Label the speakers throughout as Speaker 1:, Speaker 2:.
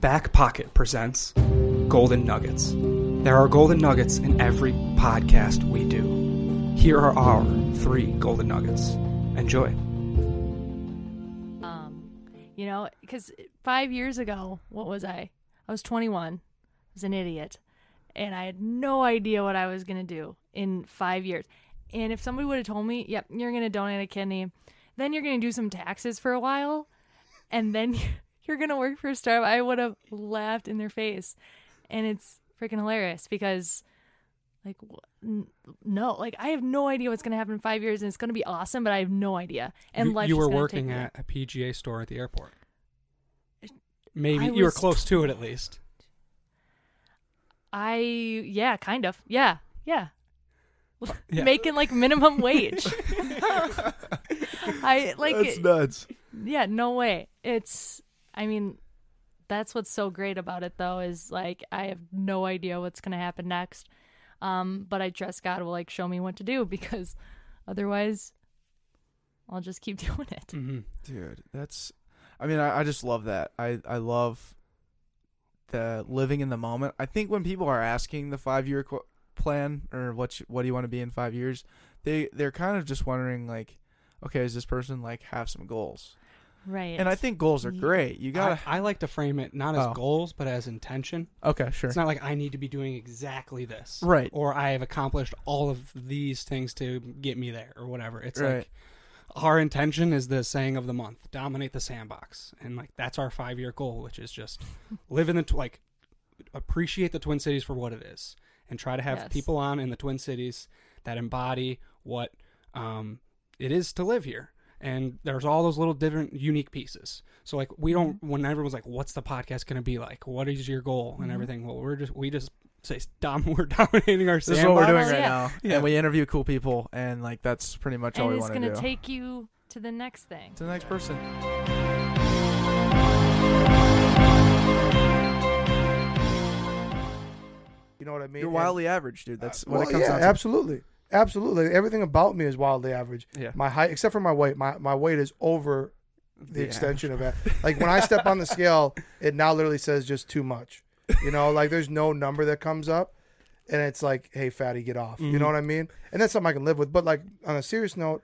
Speaker 1: Back Pocket presents Golden Nuggets. There are golden nuggets in every podcast we do. Here are our three golden nuggets. Enjoy.
Speaker 2: Um, you know, because five years ago, what was I? I was 21. I was an idiot, and I had no idea what I was gonna do in five years. And if somebody would have told me, "Yep, you're gonna donate a kidney, then you're gonna do some taxes for a while, and then you're gonna work for a startup," I would have laughed in their face. And it's freaking hilarious because, like, wh- n- no, like I have no idea what's gonna happen in five years, and it's gonna be awesome, but I have no idea. And
Speaker 3: you,
Speaker 2: life's
Speaker 3: you
Speaker 2: just
Speaker 3: were
Speaker 2: gonna take
Speaker 3: working
Speaker 2: me.
Speaker 3: at a PGA store at the airport. Maybe
Speaker 2: I
Speaker 3: you were
Speaker 2: was
Speaker 3: close to it at least.
Speaker 2: I yeah, kind of. Yeah. Yeah.
Speaker 3: yeah.
Speaker 2: Making like minimum wage. I like
Speaker 4: That's
Speaker 2: it-
Speaker 4: nuts.
Speaker 2: yeah, no way. It's I mean that's what's so great about it though is like I have no idea what's going to happen next. Um but I trust God will like show me what to do because otherwise I'll just keep doing it.
Speaker 3: hmm
Speaker 4: Dude, that's I mean, I, I just love that. I, I love the living in the moment. I think when people are asking the five year qu- plan or what you, what do you want to be in five years, they they're kind of just wondering like, okay, is this person like have some goals?
Speaker 2: Right.
Speaker 4: And I think goals are
Speaker 2: Ye-
Speaker 4: great. You
Speaker 3: I,
Speaker 4: gotta
Speaker 3: I like to frame it not as
Speaker 4: Oh.
Speaker 3: goals, but as intention.
Speaker 4: okay, sure.
Speaker 3: It's not like I need to be doing exactly this.
Speaker 4: Right.
Speaker 3: Or I have accomplished all of these things to get me there or whatever. It's
Speaker 4: Right.
Speaker 3: like our intention is the saying of the month dominate the sandbox. And like that's our five year goal, which is just live in the, tw- like, appreciate the Twin Cities for what it is and try to have
Speaker 2: Yes.
Speaker 3: people on in the Twin Cities that embody what um, it is to live here. And there's all those little different unique pieces. So like we don't when everyone's like, "What's the podcast going to be like? What is your goal and everything?" Well, we're just we just say dom we're dominating our
Speaker 4: This is what we're doing
Speaker 2: Sandbox.
Speaker 4: right
Speaker 2: Yeah.
Speaker 4: now.
Speaker 3: Yeah.
Speaker 4: And we interview cool people and like that's pretty much all
Speaker 2: and
Speaker 4: we
Speaker 2: it's
Speaker 4: want
Speaker 2: going to
Speaker 4: do.
Speaker 2: take you to the next thing.
Speaker 4: to the next person.
Speaker 5: You know what I mean?
Speaker 4: You're
Speaker 5: And-
Speaker 4: wildly average, dude. That's what
Speaker 5: Well,
Speaker 4: it comes
Speaker 5: yeah,
Speaker 4: down to.
Speaker 5: absolutely. Absolutely. Everything about me is wildly average.
Speaker 4: Yeah.
Speaker 5: My height, except for my weight, my, my weight is over the
Speaker 4: Yeah.
Speaker 5: extension of it. Like when I step on the scale, it now literally says just too much. You know, like there's no number that comes up and it's like, hey, fatty, get off.
Speaker 4: Mm-hmm.
Speaker 5: You know what I mean? And that's something I can live with. But like on a serious note,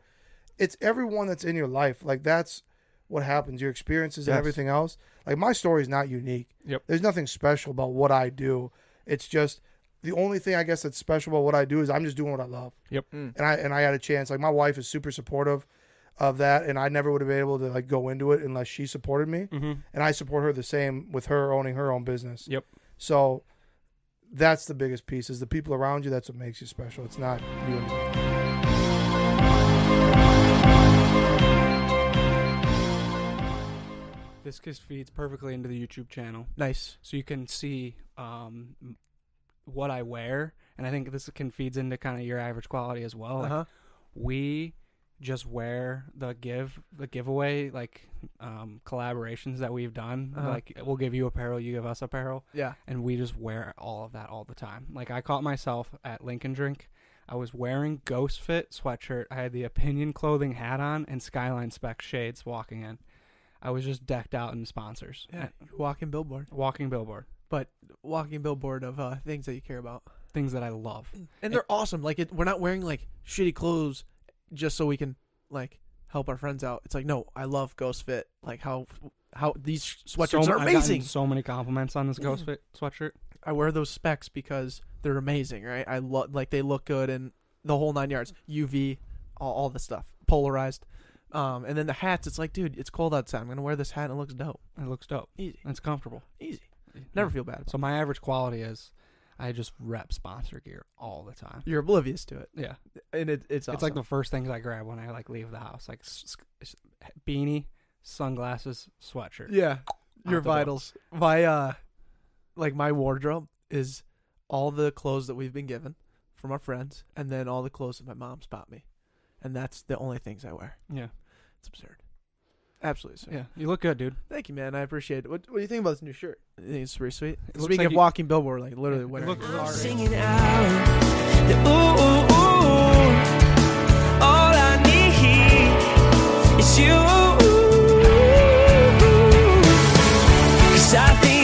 Speaker 5: it's everyone that's in your life. Like that's what happens, your experiences and
Speaker 4: Yes.
Speaker 5: everything else. Like my story is not unique.
Speaker 4: Yep.
Speaker 5: There's nothing special about what I do. It's just the only thing I guess that's special about what I do is I'm just doing what I love.
Speaker 3: Yep.
Speaker 5: And I and I had a chance. Like my wife is super supportive of that, and I never would have been able to like go into it unless she supported me.
Speaker 3: Mm-hmm.
Speaker 5: And I support her the same with her owning her own business.
Speaker 3: Yep.
Speaker 5: So that's the biggest piece is the people around you. That's what makes you special. It's not you. and me.
Speaker 3: This just feeds perfectly into the YouTube channel,
Speaker 4: Nice.
Speaker 3: so you can see um, m- what I wear, and I think this can feeds into kind of your average quality as well. Like,
Speaker 4: Uh-huh.
Speaker 3: we just wear the give the giveaway like um, collaborations that we've done.
Speaker 4: Uh-huh.
Speaker 3: Like we'll give you apparel, you give us apparel.
Speaker 4: Yeah.
Speaker 3: and we just wear all of that all the time. Like I caught myself at Lincoln Drink. I was wearing Ghost Fit sweatshirt. I had the Opinion clothing hat on and Skyline spec shades walking in. I was just decked out in sponsors.
Speaker 4: Yeah. Walking billboard.
Speaker 3: Uh, Walking billboard.
Speaker 4: But walking billboard of uh, things that you care about.
Speaker 3: Things that I love.
Speaker 4: and they're awesome. Like it, we're not wearing like shitty clothes just so we can like help our friends out. It's like no, I love Ghost Fit. Like how how these sweatshirts
Speaker 3: So-
Speaker 4: are
Speaker 3: I've gotten
Speaker 4: amazing.
Speaker 3: So many compliments on this Ghost Fit sweatshirt.
Speaker 4: I wear those specs because they're amazing, right? I love like they look good and the whole nine yards, UV, all, all the stuff, polarized. Um, and then the hats. It's like, dude, it's cold outside. I'm gonna wear this hat and it looks dope.
Speaker 3: It looks dope.
Speaker 4: Easy,
Speaker 3: It's comfortable.
Speaker 4: easy. Never feel bad.
Speaker 3: So my average quality is I just rep sponsor gear all the time.
Speaker 4: You're oblivious to it,
Speaker 3: Yeah.
Speaker 4: and it,
Speaker 3: It's
Speaker 4: it's
Speaker 3: like
Speaker 4: awesome.
Speaker 3: the first things I grab when I like leave the house. Like s- s- s- beanie, sunglasses, sweatshirt.
Speaker 4: Yeah,
Speaker 3: the door.
Speaker 4: your vitals. My uh, like my wardrobe is all the clothes that we've been given from our friends, and then all the clothes that my mom's bought me, and that's the only things I wear.
Speaker 3: Yeah.
Speaker 4: It's absurd. Absolutely absurd.
Speaker 3: Yeah, you look good, dude.
Speaker 4: Thank you, man. I appreciate it. What, what do you think about this new shirt? I think it's pretty sweet.
Speaker 3: looks
Speaker 4: Speaking
Speaker 3: like
Speaker 4: of
Speaker 3: you-
Speaker 4: walking billboard, like literally
Speaker 3: It
Speaker 4: wearing.
Speaker 3: looks
Speaker 4: it.
Speaker 3: hard.
Speaker 6: singing out. The ooh, ooh, ooh. All I need is you. 'Cause I think